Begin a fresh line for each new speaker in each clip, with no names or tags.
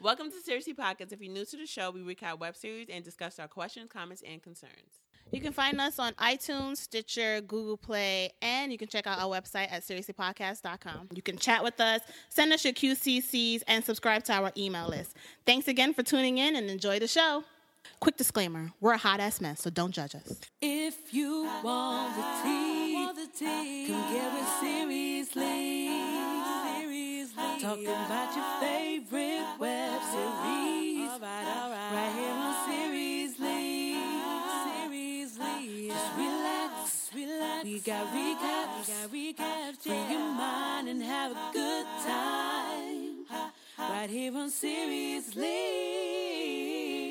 Welcome to Seriously Pockets. If you're new to the show, we recap web series and discuss our questions, comments, and concerns.
You can find us on iTunes, Stitcher, Google Play, and you can check out our website at seriouslypodcast.com. You can chat with us, send us your QCCs, and subscribe to our email list. Thanks again for tuning in and enjoy the show. Quick disclaimer we're a hot ass mess, so don't judge us.
If you want the tea, come get with seriously. Talking about your favorite web series. Right here on Seriously. Seriously. Just relax, relax. We got recaps. Free your mind and have a good time. Right here on Seriously.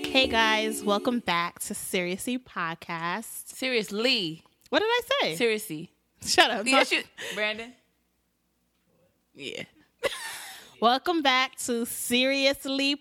Hey guys, welcome back to Seriously Podcast.
Seriously.
What did I say?
Seriously.
Shut up.
Brandon. Yeah.
Welcome back to Seriously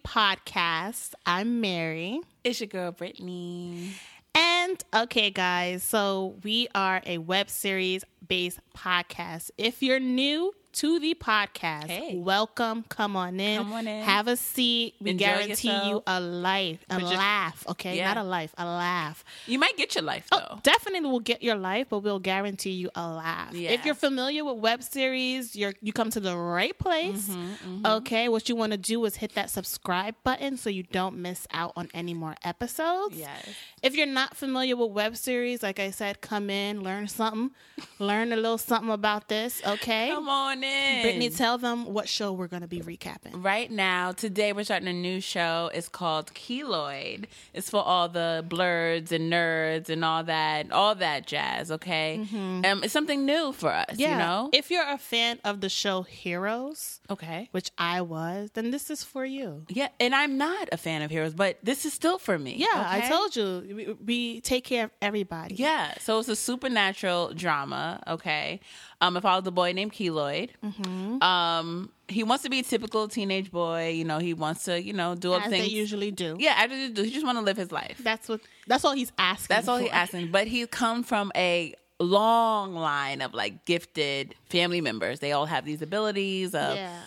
Podcast. I'm Mary.
It's your girl Brittany.
And okay, guys, so we are a web series based podcast. If you're new to the podcast,
Hey.
welcome. Come on in.
Come on in.
Have a seat. We
Enjoy
guarantee you
yourself.
a life, a
But just-
laugh, okay?
Yeah.
Not a life, a laugh.
You might get your life
Oh,
though.
definitely will get your life, but we'll guarantee you a laugh. If
Yeah.
you're familiar with web series, you're you come to the right place.
Mm-hmm,
Okay, what you want to do is hit that subscribe button so you don't miss out on any more episodes.
Yes.
If you're not familiar with web series, like I said, come in, learn something, learn a little something about this. Okay,
Come on in.
Brittany, tell them what show we're going to be recapping.
right now, today we're starting a new show. It's called Keloid. It's for all the blurs and nerds and all that, all that jazz, okay? Um, it's something new for us, you know?
if you're a fan of the show Heroes,
okay.
which I was, then this is for you.
Yeah, and I'm not a fan of heroes, but this is still for me.
Yeah, I
okay?
told you. We, we take care of everybody.
Yeah, so it's a supernatural drama. Okay, um, it follows a boy named Keloid.
Mm-hmm.
Um, he wants to be a typical teenage boy. You know, he wants to, you know, do all the
as they
things.
usually do.
yeah, after he do, he just want to live his life.
That's what. That's all he's asking.
That's all he
for.
asking. But he come from a long line of like gifted family members. They all have these abilities of
Yeah.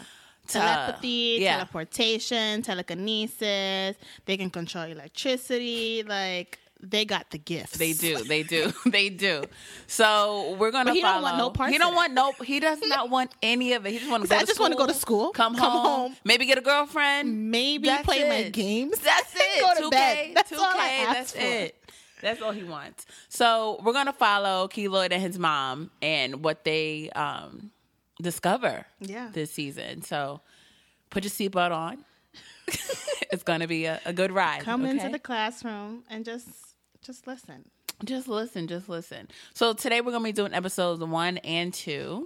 Telepathy,
yeah.
teleportation, telekinesis. They can control electricity. Like they got the gifts.
They do. They do. they do. So we're gonna.
But he
follow.
don't want no parts
He
of
don't
that.
want no. He does not want any of it. He just want to
said, "I
go. to
just
school,
wanna go to school,
Come,
come
home,
home.
Maybe get a girlfriend.
Maybe
That's
play my
it.
games.
That's it.
Go to
2K,
bed. That's
2K,
all I ask
that's
for.
it. That's all he wants. So we're gonna follow Keloid and his mom and what they um, discover.
Yeah.
This season. So put your seatbelt on. it's gonna be a, a good ride.
Come into
okay?
the classroom and just just listen.
Just listen, just listen. So today we're gonna be doing episodes one and two.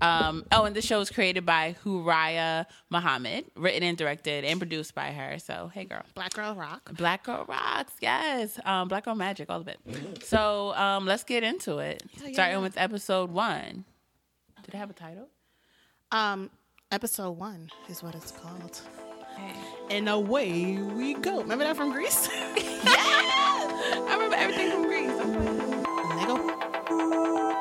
Um, oh, and this show is created by Huraya Muhammad, written and directed and produced by her. So hey, girl,
Black girl rock.
Black Girl rocks, yes, um, Black Girl magic, all of it. So um, let's get into it.
yeah,
Starting
yeah.
with episode one. Did I have a title?
Um, episode one is what it's called. And away we go. Remember that from Greece?
Yes, I remember everything from Greece. I'm like-
And they go.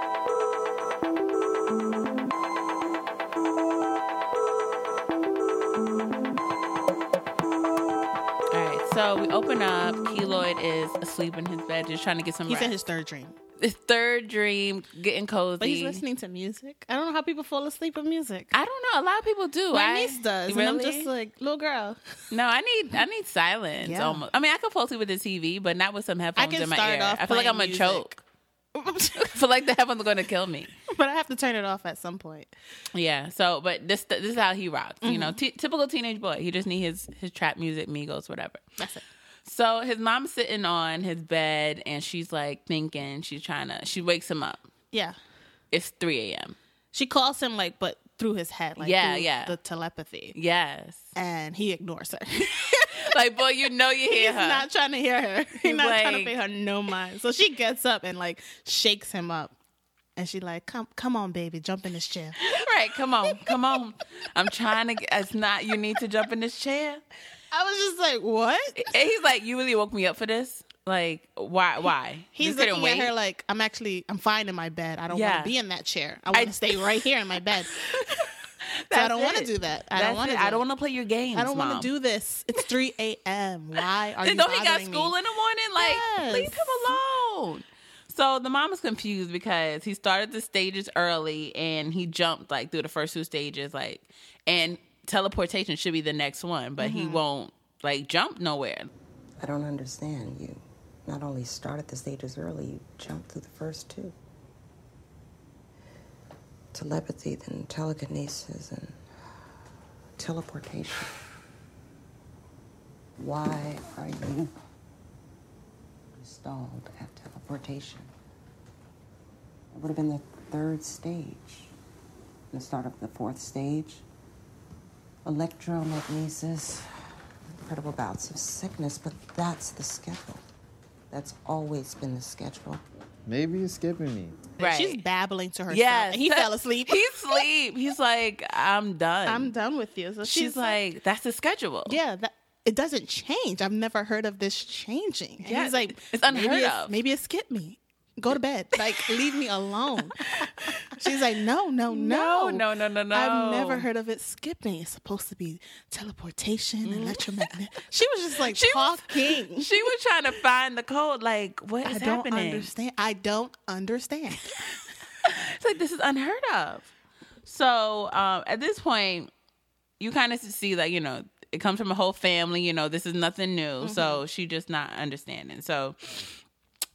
All right, so we open up. Keloid is asleep in his bed, just trying to get some
He's
rest.
in his third dream.
his third dream, getting cozy.
But he's listening to music. I don't know how people fall asleep with music.
I don't know. A lot of people do.
My
I,
niece does.
Really?
And I'm just like, little girl.
no, I need I need silence.
Yeah.
Almost. I mean, I could fall asleep with the TV, but not with some headphones
can
in my
start
ear.
off
I feel like
playing
I'm gonna
music.
choke. I feel like the headphones are gonna kill me.
but I have to turn it off at some point.
Yeah. So, but this this is how he rocks. You
Mm-hmm.
know, t- typical teenage boy. He just need his his trap music, Migos, whatever.
That's it.
So his mom's sitting on his bed, and she's like thinking. She's trying to. She wakes him up.
Yeah.
It's three a.m.
She calls him like but through his head, like
Yeah,
through
yeah.
the telepathy.
Yes.
And he ignores her. He's
like boy, you know you hear her.
not trying to hear her. He's, not trying to
like-
pay her no mind. So she gets up and like shakes him up. And she like, come come on, baby, jump in this chair.
Right, come on, come on. I'm trying to. Get, it's not. You need to jump in this chair.
I was just like, What?
And he's like, you really woke me up for this. Like, why? Why?
He's
This couldn't
looking at her like, I'm actually, I'm fine in my bed. I don't
Yeah.
want to be in that chair. I want to stay right here in my bed. So I
That's
don't want to
it.
do that. I
That's
don't want
it.
to.
I don't want to play your games.
I don't want
Mom.
to do this. It's 3 a.m. Why are you?
And though he got
bothering me?
school in the morning, like leave
Yes.
him alone. So the mom is confused because he started the stages early and he jumped like through the first two stages, like and teleportation should be the next one, but
Mm-hmm.
he won't like jump nowhere.
I don't understand. You not only started the stages early, you jumped through the first two. Telepathy, then telekinesis, and teleportation. Why are you stalled at teleportation? It would have been the third stage. The start of the fourth stage. Electromagnesis incredible bouts of sickness, but that's the schedule. That's always been the schedule.
Maybe you're skipping me.
Right.
She's babbling to herself.
yes.
and he fell asleep.
He's asleep. He's like, I'm done.
I'm done with you. So
She's, like, that's the schedule.
yeah, that, it doesn't change. I've never heard of this changing. And
Yeah,
he's like,
it's unheard
maybe it-
of.
Maybe it skipped me. Go to bed. Like, leave me alone. She's like, no, no, no,
No, no, no, no, no.
I've never heard of it skipping. It's supposed to be teleportation, electromagnetic. She was just like
Mm. She was-
talking.
She was trying to find the code. Like, what is
I don't
happening?
understand. I don't understand.
It's like this is unheard of. So um, at this point, you kind of see like you know it comes from a whole family. You know this is nothing new. So she just not understanding. So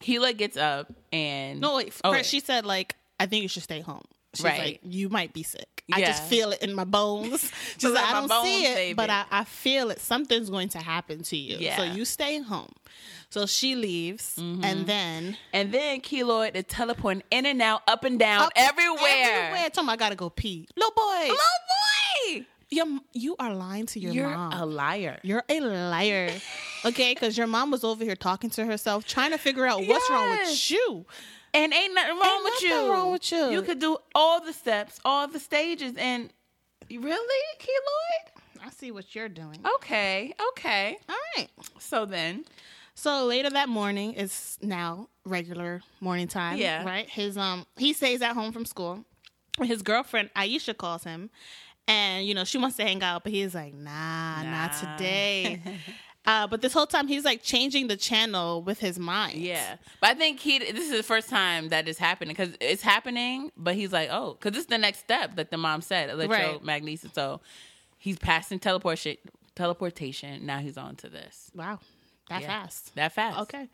Gila gets up and
No, wait.
Oh,
first she said like, I think you should stay home. She's
Right.
like, you might be sick. I just
Yeah.
feel it in my bones. She's
like,
like, I
"My
don't
bones,
see it,
baby."
but I, I feel it. Something's going to happen to you. So
Yeah. Mm-hmm.
you stay home. So she leaves, and then
and then Keloid is teleporting in and out, up and down,
Up-
everywhere.
everywhere, told me I gotta go pee. Little boy,
Little boy,
your, m- you are lying to your
you're
mom.
a liar.
You're a liar. Okay, because your mom was over here talking to herself, trying to figure out what's wrong
Yes.
with you.
And ain't nothing wrong
Ain't
with
nothing
you.
wrong with you.
You could do all the steps, all the stages, and really, Keloid?
I see what you're doing.
Oh. Okay, okay.
All right.
So then,
So later that morning, it's now regular morning time.
Yeah.
Right? His um he stays at home from school. His girlfriend Aisha calls him and you know, she wants to hang out, but he's like, nah, not today. uh, but this whole time he's like changing the channel with his mind.
Yeah, but I think he. This is the first time that is happening because it's happening, but he's like, oh, because this is the next step that the mom said, electromagnesis. So he's passing teleportation. Teleportation. Now he's on to this.
Wow. That
Yeah.
fast.
That fast.
Okay.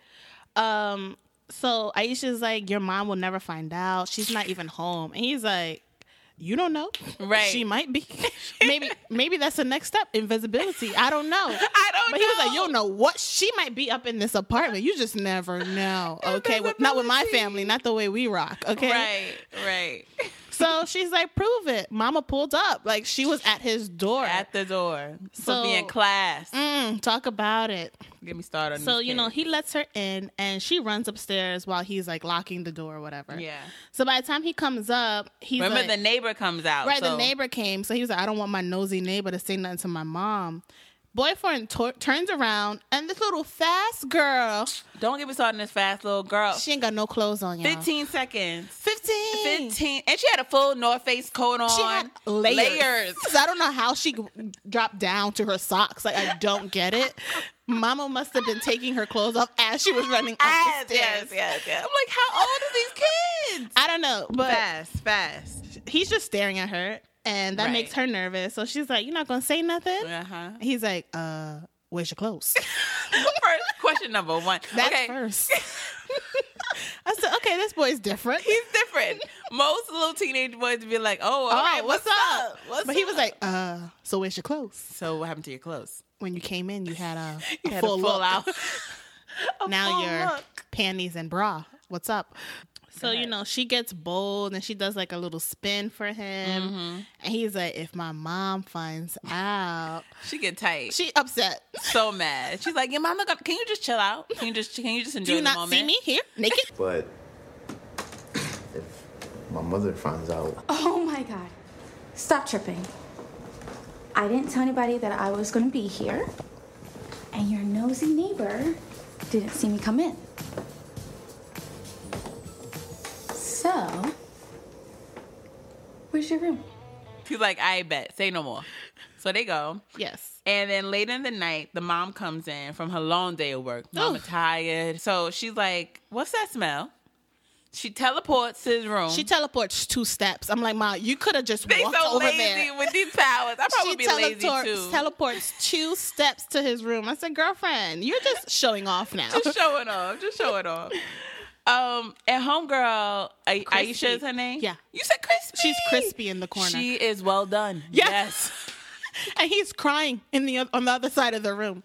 Um, so Aisha's like, Your mom will never find out. She's not even home. And he's like, You don't know.
Right.
She might be. maybe maybe that's the next step. Invisibility. I don't know. I
don't
But he was like,
know.
You don't know what she might be up in this apartment. You just never know. Okay. With, not with my family, not the way we rock. Okay.
Right. Right.
So she's like, Prove it. Mama pulled up. Like she was at his door.
At the door. So
So-
be in class.
Mm, talk about it.
Get me started. On
So
this
you know
kid.
he lets her in, and she runs upstairs while he's like locking the door or whatever.
Yeah.
So by the time he comes up, he's
Remember
like,
the neighbor comes out.
right.
so-
The neighbor came, so he was like, I don't want my nosy neighbor to say nothing to my mom. Boyfriend tor- turns around, and this little fast girl,
Don't get me started on this fast little girl.
she ain't got no clothes on, y'all.
Fifteen seconds.
15.
15 and she had a full north face coat on
She had layers.
layers.
So I don't know how she dropped down to her socks. Like I don't get it. Mama must have been taking her clothes off as she was running up
Yes,
the stairs.
yes, yes, yes. I'm like, how old are these kids?
I don't know, but
Fast, fast.
he's just staring at her and that
Right.
makes her nervous so she's like you're not gonna say nothing
Uh-huh.
he's like uh where's your clothes
First question number one.
that's
okay.
first i said okay this boy's different
He's different. Most little teenage boys be like, oh, all
Oh,
right, what's, up? What's
but he was
up?
like uh so where's your clothes
So what happened to your clothes?
when you came in you had a, you
Had a
full,
full
look.
out. A
now
full
your
look.
panties and bra what's up so you know she gets bold and she does like a little spin for him
Mm-hmm.
and he's like if my mom finds out
She get tight. She's
she upset
so mad. She's like, your mama gonna can you just chill out? Can you just can you just enjoy
do you
the
not
moment?
see me here naked
But if my mother finds out,
Oh my god. Stop tripping. I didn't tell anybody that I was gonna be here, and your nosy neighbor didn't see me come in. So, where's your room?
He's like, I bet. Say no more. So they go.
Yes.
And then later in the night, the mom comes in from her long day of work. Mama tired. So she's like, What's that smell? She teleports to his room.
She teleports two steps. I'm like, Ma, you could have just
Um, they
walked
so
over
lazy
there.
with these powers. I probably
She
be lazy
teleports,
too.
teleports two steps to his room. I said, Girlfriend, you're just showing off now.
just show it off. Just show it off. Um, and homegirl, A-
Crispy.
Aisha is her name.
Yeah.
you said crispy.
She's crispy in the corner.
She is well done.
Yes.
yes.
and he's crying in the on the other side of the room.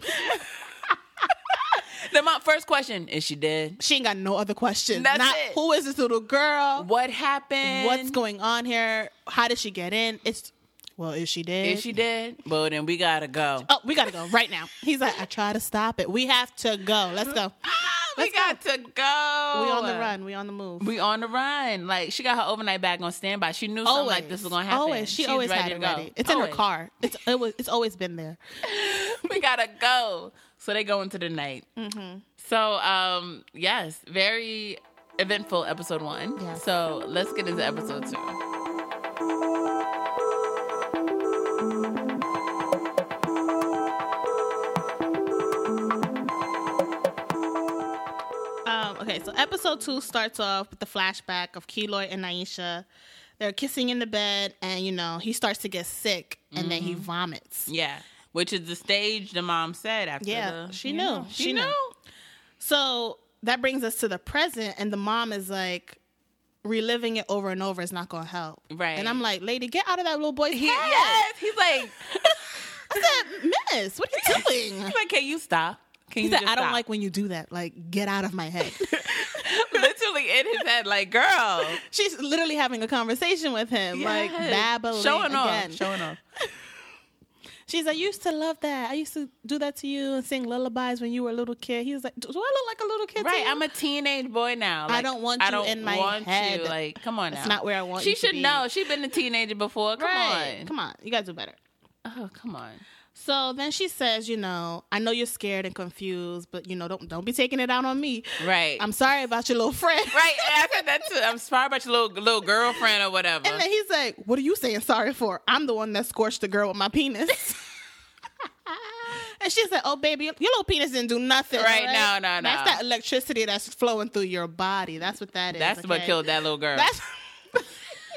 Then my first question is: She dead?
She ain't got no other questions.
That's
Not
it.
who is this little girl?
What happened?
What's going on here? How did she get in? It's well, is she dead?
Is she dead? Well, then we gotta go.
Oh, we gotta go right now. He's like, I try to stop it. We have to go. Let's go.
we got to go.
We on the run. We on the move.
We on the run. Like she got her overnight bag on standby. She knew something like this was gonna happen.
Always. She
She's
always
ready
had
to
it
go.
ready. It's in
Always.
her car. It's it was. It's always been there.
we gotta go. So they go into the night.
Mm-hmm.
So um, yes, very eventful episode one.
Yeah.
So let's get into episode two.
Um, okay, so episode two starts off with the flashback of Keloid and Naisha. They're kissing in the bed, and you know he starts to get sick, and then he vomits.
Yeah, which is the stage the mom said after.
Yeah,
the-
she
you
knew.
know,
She knew. So that brings us to the present, and the mom is like reliving it over and over is not gonna help.
Right.
And I'm like, lady, get out of that little boy's
He,
head.
yes, he's like,
I said, miss, what are you doing?
he's like, can you stop? Can
He
you
said,
just
I don't
stop?"
like when you do that. Like, get out of my head.
literally in his head, like, girl,
She's literally having a conversation with him, like
Yes.
babbling
showing
again.
off, showing off.
She's like, I used to love that. I used to do that to you and sing lullabies when you were a little kid. He was like, Do I look like a little kid? to
Right,
you?"
I'm a teenage boy now.
I don't want you in my
want
head.
You. Like, come on now.
That's not where I want
She
you to
should
be.
know. She's been a teenager before. Come
right.
on.
Come on, you gotta do better.
Oh, come on.
So then she says, you know, I know you're scared and confused, but you know, don't don't be taking it out on me.
Right.
I'm sorry about your little friend.
right. I said that too. I'm sorry about your little little girlfriend or whatever.
And then he's like, What are you saying sorry for? I'm the one that scorched the girl with my penis. and she said, Oh, baby, your little penis didn't do nothing.
Right,
all
no, no, no.
That's that electricity that's flowing through your body. That's what that is.
That's what
okay?
killed that little girl.
That's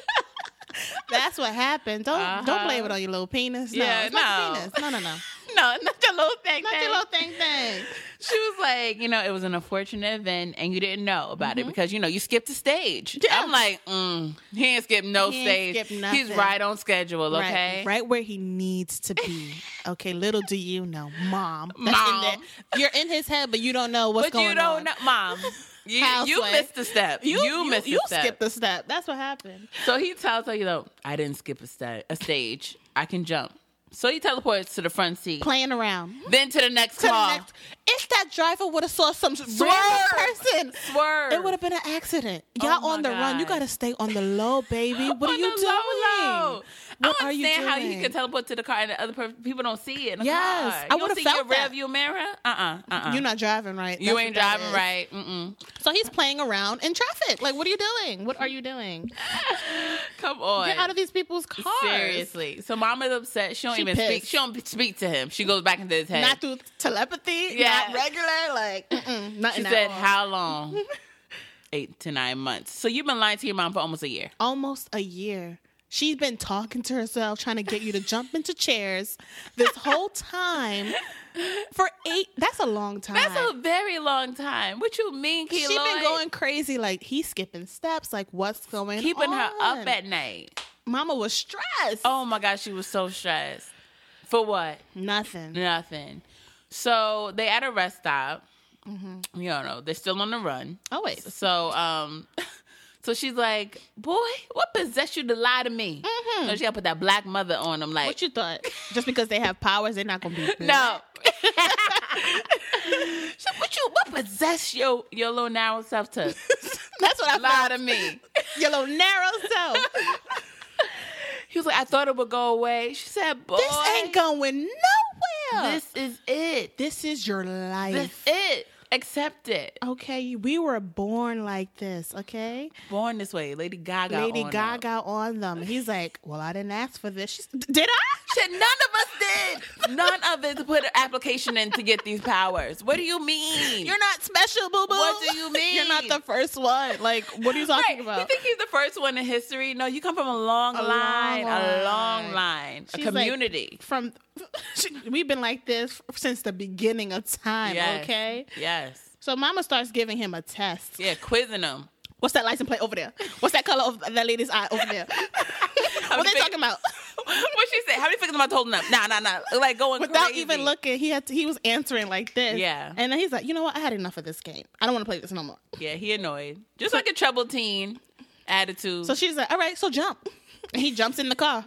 That's what happened. Don't don't blame it on your little penis. No,
Uh-huh. Yeah,
it's not
no.
the penis. No, no, no.
no, not your little thing.
Not
thing.
your little thing thing.
She was like, you know, it was an unfortunate event, and you didn't know about it because you know you skipped a stage.
Mm-hmm. Yeah.
I'm like, mm, he ain't skipped no
He ain't
stage.
skipped
He's
nothing.
right on schedule. Okay.
Right, right where he needs to be. Okay, little do you know, mom. That's in
Mom.
there. You're in his head, but you don't know what's
but
going
you don't
on.
know, mom. You, you
Houseway.
missed a step. You, missed
you
a step.
skipped a step. That's what happened.
so he tells her, you know, I didn't skip a, sta- a stage. I can jump. So he teleports to the front seat,
Playing around.
then to the next
To the
car.
next- if that driver would have saw some
Swerve.
random person,
Swerve. Oh
it would have been an accident. Y'all
my
on the run. You
God.
gotta stay on the low, baby. What are
On
you
the
doing?
low, low.
What
I don't
are you
understand how you
doing?
can teleport to the car and the other per- people don't see it. In the
Yes,
car.
I
You don't
would've
see
felt
your
that.
rearview mirror. Uh uh-uh, uh
You're not driving right.
You
That's
ain't
what that
driving
is.
right. Mm-mm.
So he's playing around in traffic. Like, what are you doing? What are you doing?
Come on.
Get out of these people's cars.
Seriously. So mama's upset. She don't
She
even speak.
pissed.
She don't speak to him. She goes back into his head.
Not through telepathy.
Yeah.
Not regular. Like, mm-mm, nothing.
She
at
said,
all.
"How long?" Eight to nine months. So you've been lying to your mom for almost a year.
almost a year. She's been talking to herself, trying to get you to jump into chairs this whole time for eight. That's a long time.
That's a very long time. What you mean, Keloid?
She's been going crazy. Like he's skipping steps. Like what's going?
keeping
on?
her up at night.
Mama was stressed.
Oh my gosh, she was so stressed. For what?
nothing.
Nothing. So they at a rest stop. You don't know. They're still on the run.
Always.
So um, so she's like, "Boy, what possessed you to lie to me?" So she got to put that black mother on him. Like,
What you thought? Just because they have powers, they're not gonna be.
No. so what you what possess your your little narrow self to
that's what I
lie
thought.
to me?
Your little narrow self.
He was like, I thought it would go away. She said, Boy,
this ain't going nowhere.
This is it.
This is your life.
This is it. Accept it.
Okay, we were born like this. Okay,
Born this way, Lady Gaga.
Lady
on up.
Gaga on them. He's like, well, I didn't ask for this. She's, did I?
Shit, none of us did. None of us put an application in to get these powers. What do you mean?
You're not special, boo boo.
What do you
You're not
mean?
the first one. Like, what are you talking
Right.
about?
You think he's the first one in history? No, you come from a long
A long
line, a
line.
long line,
She's
a
like,
community.
from we've been like this since the beginning of time.
Yes.
Okay,
Yes.
so Mama starts giving him a test.
Yeah, quizzing them.
What's that license plate over there? What's that color of that lady's eye over there? what they
big-
talking about?
what she said? How many fingers am I holding up? Nah, nah, nah. Like going
Without
crazy.
even looking, he had to, he was answering like this.
Yeah.
and then he's like, you know what? I had enough of this game. I don't want to play this no more.
Yeah, he annoyed. Just like a troubled teen attitude.
So she's like, all right, so jump. And he jumps in the car.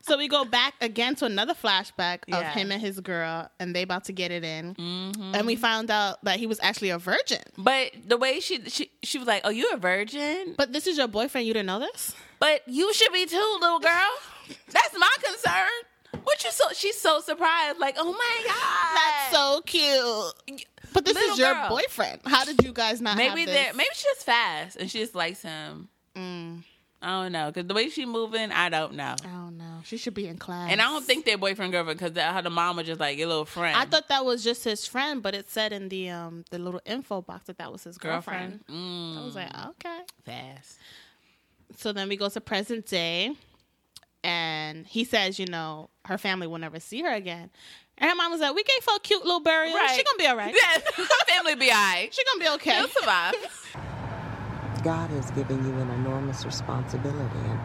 so we go back again to another flashback of
Yeah. Mm-hmm.
him and his girl, and they about to get it in. And we found out that he was actually a virgin.
but the way she she she was like, "Oh, you a virgin?"
But this is your boyfriend. You didn't know this?
But you should be too, little girl. That's my concern. What you so? She's so surprised. Like, oh my god,
That's so cute. But this
Little
is your
girl.
boyfriend. How did you guys not have
maybe
this?
they're maybe she's fast and she just likes him. I don't know because the way she moving, I don't know.
Mm. I don't know. She should be in class.
And I don't think they're boyfriend girlfriend because how the mom was just like your little friend.
I thought that was just his friend, but it said in the um the little info box that that was his girlfriend.
girlfriend. Mm,
I was like, okay.
fast.
So then we go to present day, and he says, you know, her family will never see her again. And her mom was like, we gave her a cute little burial. She
Right.
gonna be all right.
Yes, family be alright.
She gonna be okay.
She'll survive.
God has given you an enormous responsibility, and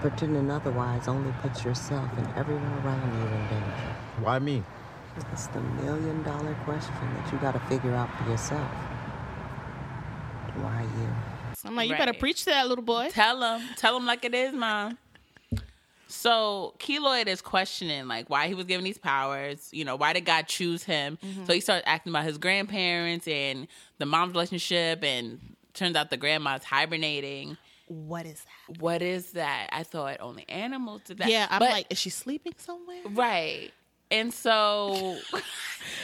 pretending otherwise only puts yourself and everyone around you in danger.
Why me?
It's the million dollar question that you got to figure out for yourself. Why you?
I'm like, you better
Right.
preach to that little boy.
Tell him. Tell him like it is, mom. So Keloid is questioning like why he was given these powers, you know, why did God choose him? So he starts acting about his grandparents and the mom's relationship and turns out the grandma's hibernating.
What is that?
What is that? I thought only animals did that.
Yeah, I'm
But-
like, is she sleeping somewhere?
Right. And so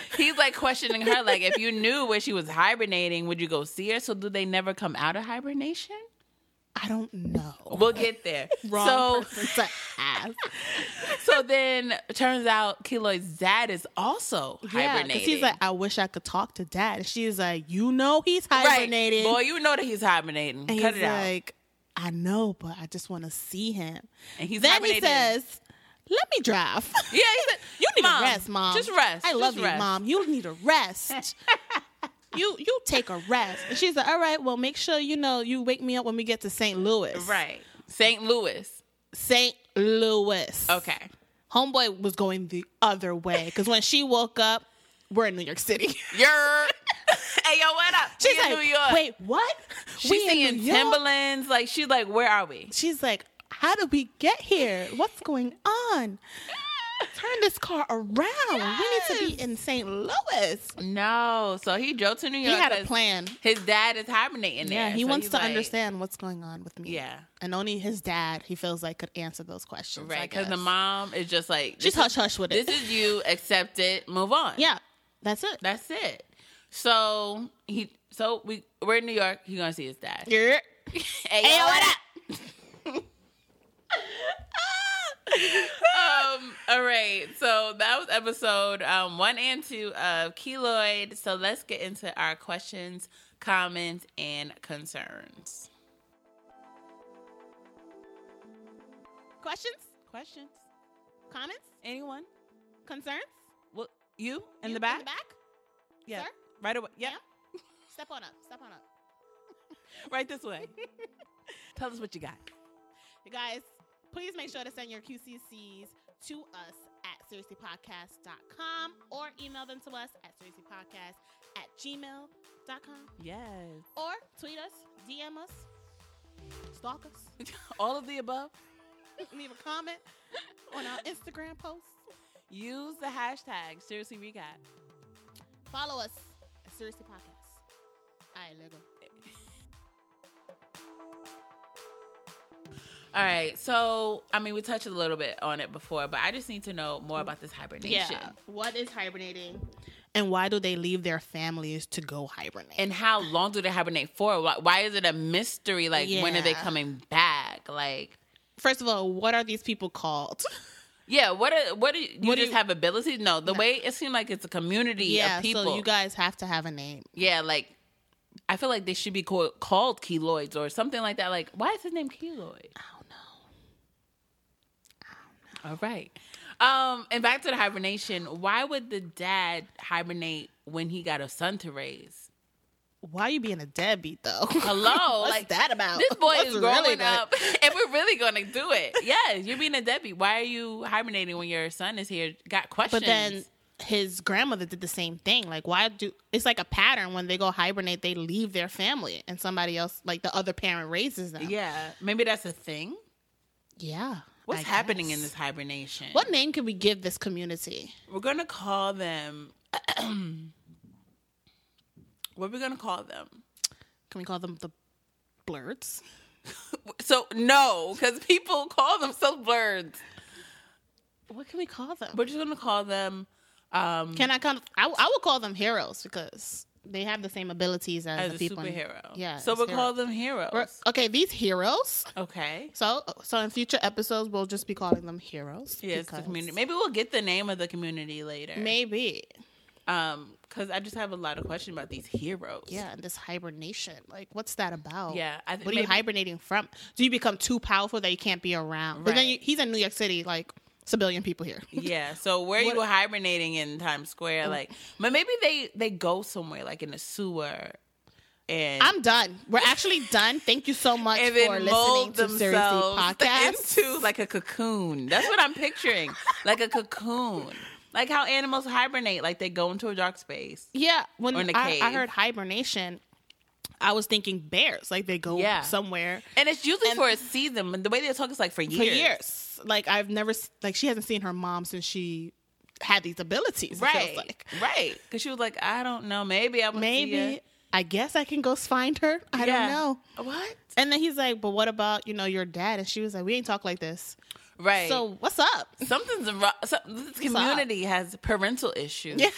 he's like questioning her, like, if you knew where she was hibernating, would you go see her? So do they never come out of hibernation?
I don't know.
We'll get there.
Wrong
so
person to ask.
so then it turns out Keloid's dad is also
Yeah,
hibernating.
he's like, I wish I could talk to dad. And she's like, you know, he's hibernating.
right. Boy, you know that he's hibernating.
and
Cut
he's
it out.
like, I know, but I just want to see him.
and he's
then he
hibernating.
says, "Let me drive."
Yeah, he said, You
you need
mom,
a rest, mom.
Just rest.
I love
Just
you,
rest.
mom. You need a rest. you you take a rest. And she's like, "All right, well, make sure you know you wake me up when we get to St. Louis."
Right. St. Louis.
St. Louis.
Okay.
Homeboy was going the other way because when she woke up, we're in New York City.
You're Hey yo, what up?
she's
We in
like,
New York.
"Wait, what?
She's
in
seeing
New York?"
Timberlands. Like she's like, where are we?
She's like, "How did we get here? What's going on?" Turn this car around. We need to be in St. Louis.
No. So he drove to New
He
York.
had a
'cause
plan.
His dad is hibernating there.
Yeah, he
So
wants
he's
to
like-
understand what's going on with me.
Yeah.
and only his dad, he feels like, could answer those questions. I
Right. Because the
guess.
mom is just like
she's
this
hush
is-
hush with it.
This is you. Accept it. Move on.
yeah, that's it.
That's it. So he. So we. We're in New York. He gonna see his dad.
Yeah.
Hey, yo, what up? um, all right. So that was episode um, one and two of Keloid. So let's get into our questions, comments, and concerns.
Questions,
Questions?
comments,
Anyone?
concerns
Well, you in
You
the back?
In the back,
Yeah.
sir?
Right away. Yeah.
Step on up. Step on up.
Right this way. Tell us what you got.
You guys, please make sure to send your QCCs to us at seriouslypodcast.com or email them to us at seriouslypodcast at gmail.com
Yes.
or tweet us, DM us, stalk us,
All of the above.
leave a comment on our Instagram post.
Use the hashtag seriously recap.
Follow us at Seriously Podcast. All right, Lego.
All right. So, I mean, we touched a little bit on it before, but I just need to know more about this hibernation.
What is hibernating? and why do they leave their families to go hibernate?
And how long do they hibernate for? Why, why is it a mystery? Like, when are they
Yeah.
coming back? Like,
First of all, what are these people called?
yeah, what are, what do you, you
What do
just
you-
have abilities? No, the way it seemed like it's a community
yeah,
of people.
so you guys have to have a name.
yeah, like I feel like they should be called, called keloids or something like that. Like, why is his name keloid? I don't know. All right. Um, and back to the hibernation. Why would the dad hibernate when he got a son to raise?
Why are you being a deadbeat though?
Hello,
What's
like
that about?
This boy
What's
is growing
really that-
up, and we're really gonna do it. Yes, you're being a deadbeat. Why are you hibernating when your son is here? Got questions?
But then his grandmother did the same thing. Like, why do it's like a pattern when they go hibernate, they leave their family and somebody else, like the other parent, raises them.
yeah, maybe that's a thing.
Yeah.
What's
I
happening in
guess.
this hibernation?
What name can we give this community?
We're gonna call them. what are we gonna call them?
Can we call them the blurs?
So no, because people call themselves birds.
What can we call them?
We're just gonna call them. Um,
can I come? I, I would call them heroes because they have the same abilities as,
as
the
a
people. in-
superhero.
Yeah.
So
as
we'll
heroes.
call them heroes.
We're- okay, these heroes.
okay.
So, so in future episodes, we'll just be calling them heroes.
Yes, the
because-
community. Maybe we'll get the name of the community later.
Maybe.
Um, because I just have a lot of questions about these heroes.
Yeah, and this hibernation. Like, what's that about?
Yeah, I th-
what are you
maybe-
hibernating from? Do you become too powerful that you can't be around? But then you,
Right.
he's in New York City, like civilian people here.
Yeah. So where you were hibernating in Times Square, like, but maybe they they go somewhere like in a sewer, and
I'm done. We're actually done. Thank you so much
and
for
then
listening
mold
to Seriously
themselves
Podcast.
into like a cocoon. That's what I'm picturing, like a cocoon, like how animals hibernate, like they go into a dark space.
Yeah, when
Or in a
I, I
cave.
heard hibernation, I was thinking bears. Like they go
Yeah.
somewhere
And it's usually for a season. but The way they talk is like for years.
for years. Like I've never s- like she hasn't seen her mom since she had these abilities. it feels
Right.
like.
Right. Because she was like, I don't know. Maybe I would
Maybe I guess I can go find her. I
Yeah.
don't know.
What?
And then he's like, "But what about you know your dad?" And she was like, "We ain't talk like this."
Right.
So what's up?
something's wrong. some- This community has parental issues.
Yeah.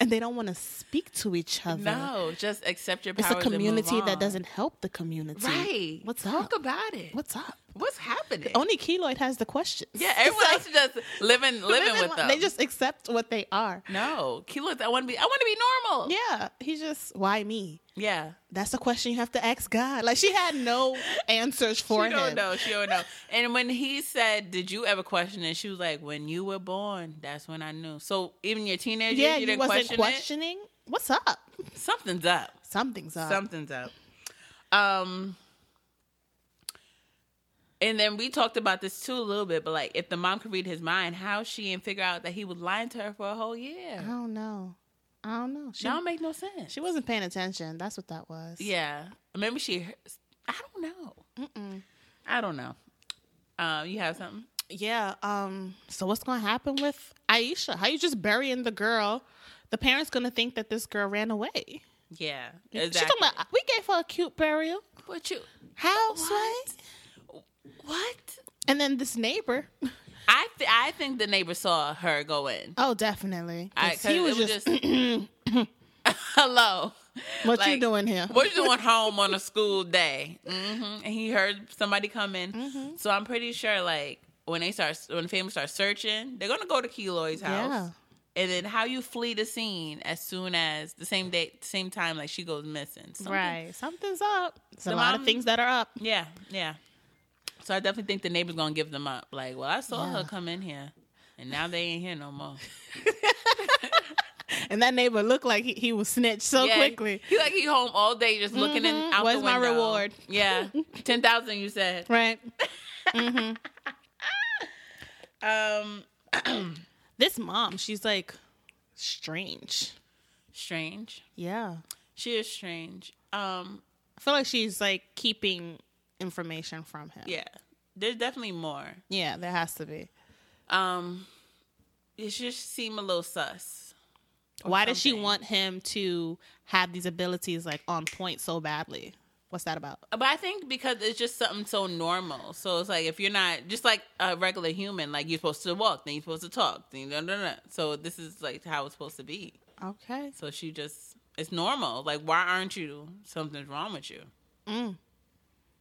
and they don't want to speak to each other.
No, just accept your
it's
powers.
a community
and move
that
on.
doesn't help the community.
Right.
What's
Talk
up?
about it.
what's up?
What's happening?
Only keloid has the questions.
yeah, everyone else is just living, living with them.
They just accept what they are.
no. Keyleth, I want to be. I want to be normal.
Yeah, he's just why me?
Yeah.
That's a question you have to ask God. Like she had no answers for
She don't
him.
know. She don't know. And when he said, "Did you ever question it?" She was like, "When you were born, that's when I knew." So even your teenage
Yeah,
years, you
you
didn't
wasn't
question
questioning. What's up?
it. Something's up.
Something's up.
Something's up. Um, and then we talked about this too a little bit, but like, if the mom could read his mind, how she and figure out that he was lying to her for a whole year?
I don't know. I don't know. She,
That don't make no sense.
Uh-huh. she wasn't paying attention. That's what that was.
yeah, maybe she. I don't know. I don't know. Um, you have something?
Yeah. Um. So what's gonna happen with Aisha? How you just burying the girl? The parents gonna think that this girl ran away.
Yeah,
She talking about we gave her a cute burial.
what you?
How
What?
Sway?
What?
And then this neighbor.
I th- I think the neighbor saw her go in.
Oh, definitely.
I,
'Cause
'cause
he was,
it
just,
hello.
what you
like,
doing here?
What you doing home on a school day? hmm And he heard somebody coming.
Mm-hmm.
So I'm pretty sure, like when they start, when the family starts searching, they're gonna go to Keloid's house.
Yeah.
And then how you flee the scene as soon as the same day, same time, like she goes missing. Something-
Right. Something's up. It's a
The
lot of
mom-
things that are up.
Yeah. Yeah. So I definitely think the neighbor's gonna give them up. Like, well, I saw
Yeah.
her come in here, and now they ain't here no more.
And that neighbor looked like he, he was snitched so
Yeah,
quickly. Mm-hmm.
He like he home all day just looking in out
Where's
the
my
window.
reward?
Yeah, ten thousand. You said.
Right. Mm-hmm.
Um,
This mom, she's like strange.
strange.
Yeah.
She is strange. Um,
I feel like she's like keeping information from him.
yeah. There's definitely more.
Yeah, there has to be.
Um, it just seemed a little sus.
Why does she
something.
want him to have these abilities like on point so badly? What's that about?
But I think because it's just something so normal. So it's like if you're not just like a regular human, like you're supposed to walk, then you're supposed to talk, then da, da, da. so this is like how it's supposed to be.
Okay.
So she just it's normal. Like why aren't you? Something's wrong with you.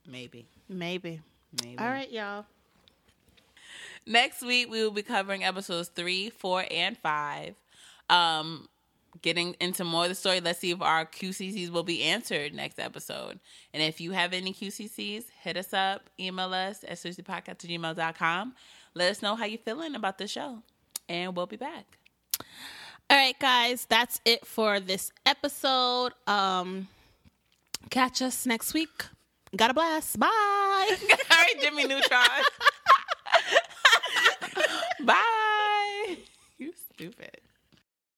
Maybe.
Maybe.
Maybe.
All right, y'all.
Next week we will be covering episodes three, four, and five. Um, getting into more of the story. Let's see if our QCCs will be answered next episode. And if you have any QCCs, hit us up, email us at susiepocket@gmail.com. Let us know how you're feeling about the show, and we'll be back.
All right, guys, that's it for this episode. Um, catch us next week. Got a blast. Bye.
All right, Jimmy Neutron. Bye. You stupid.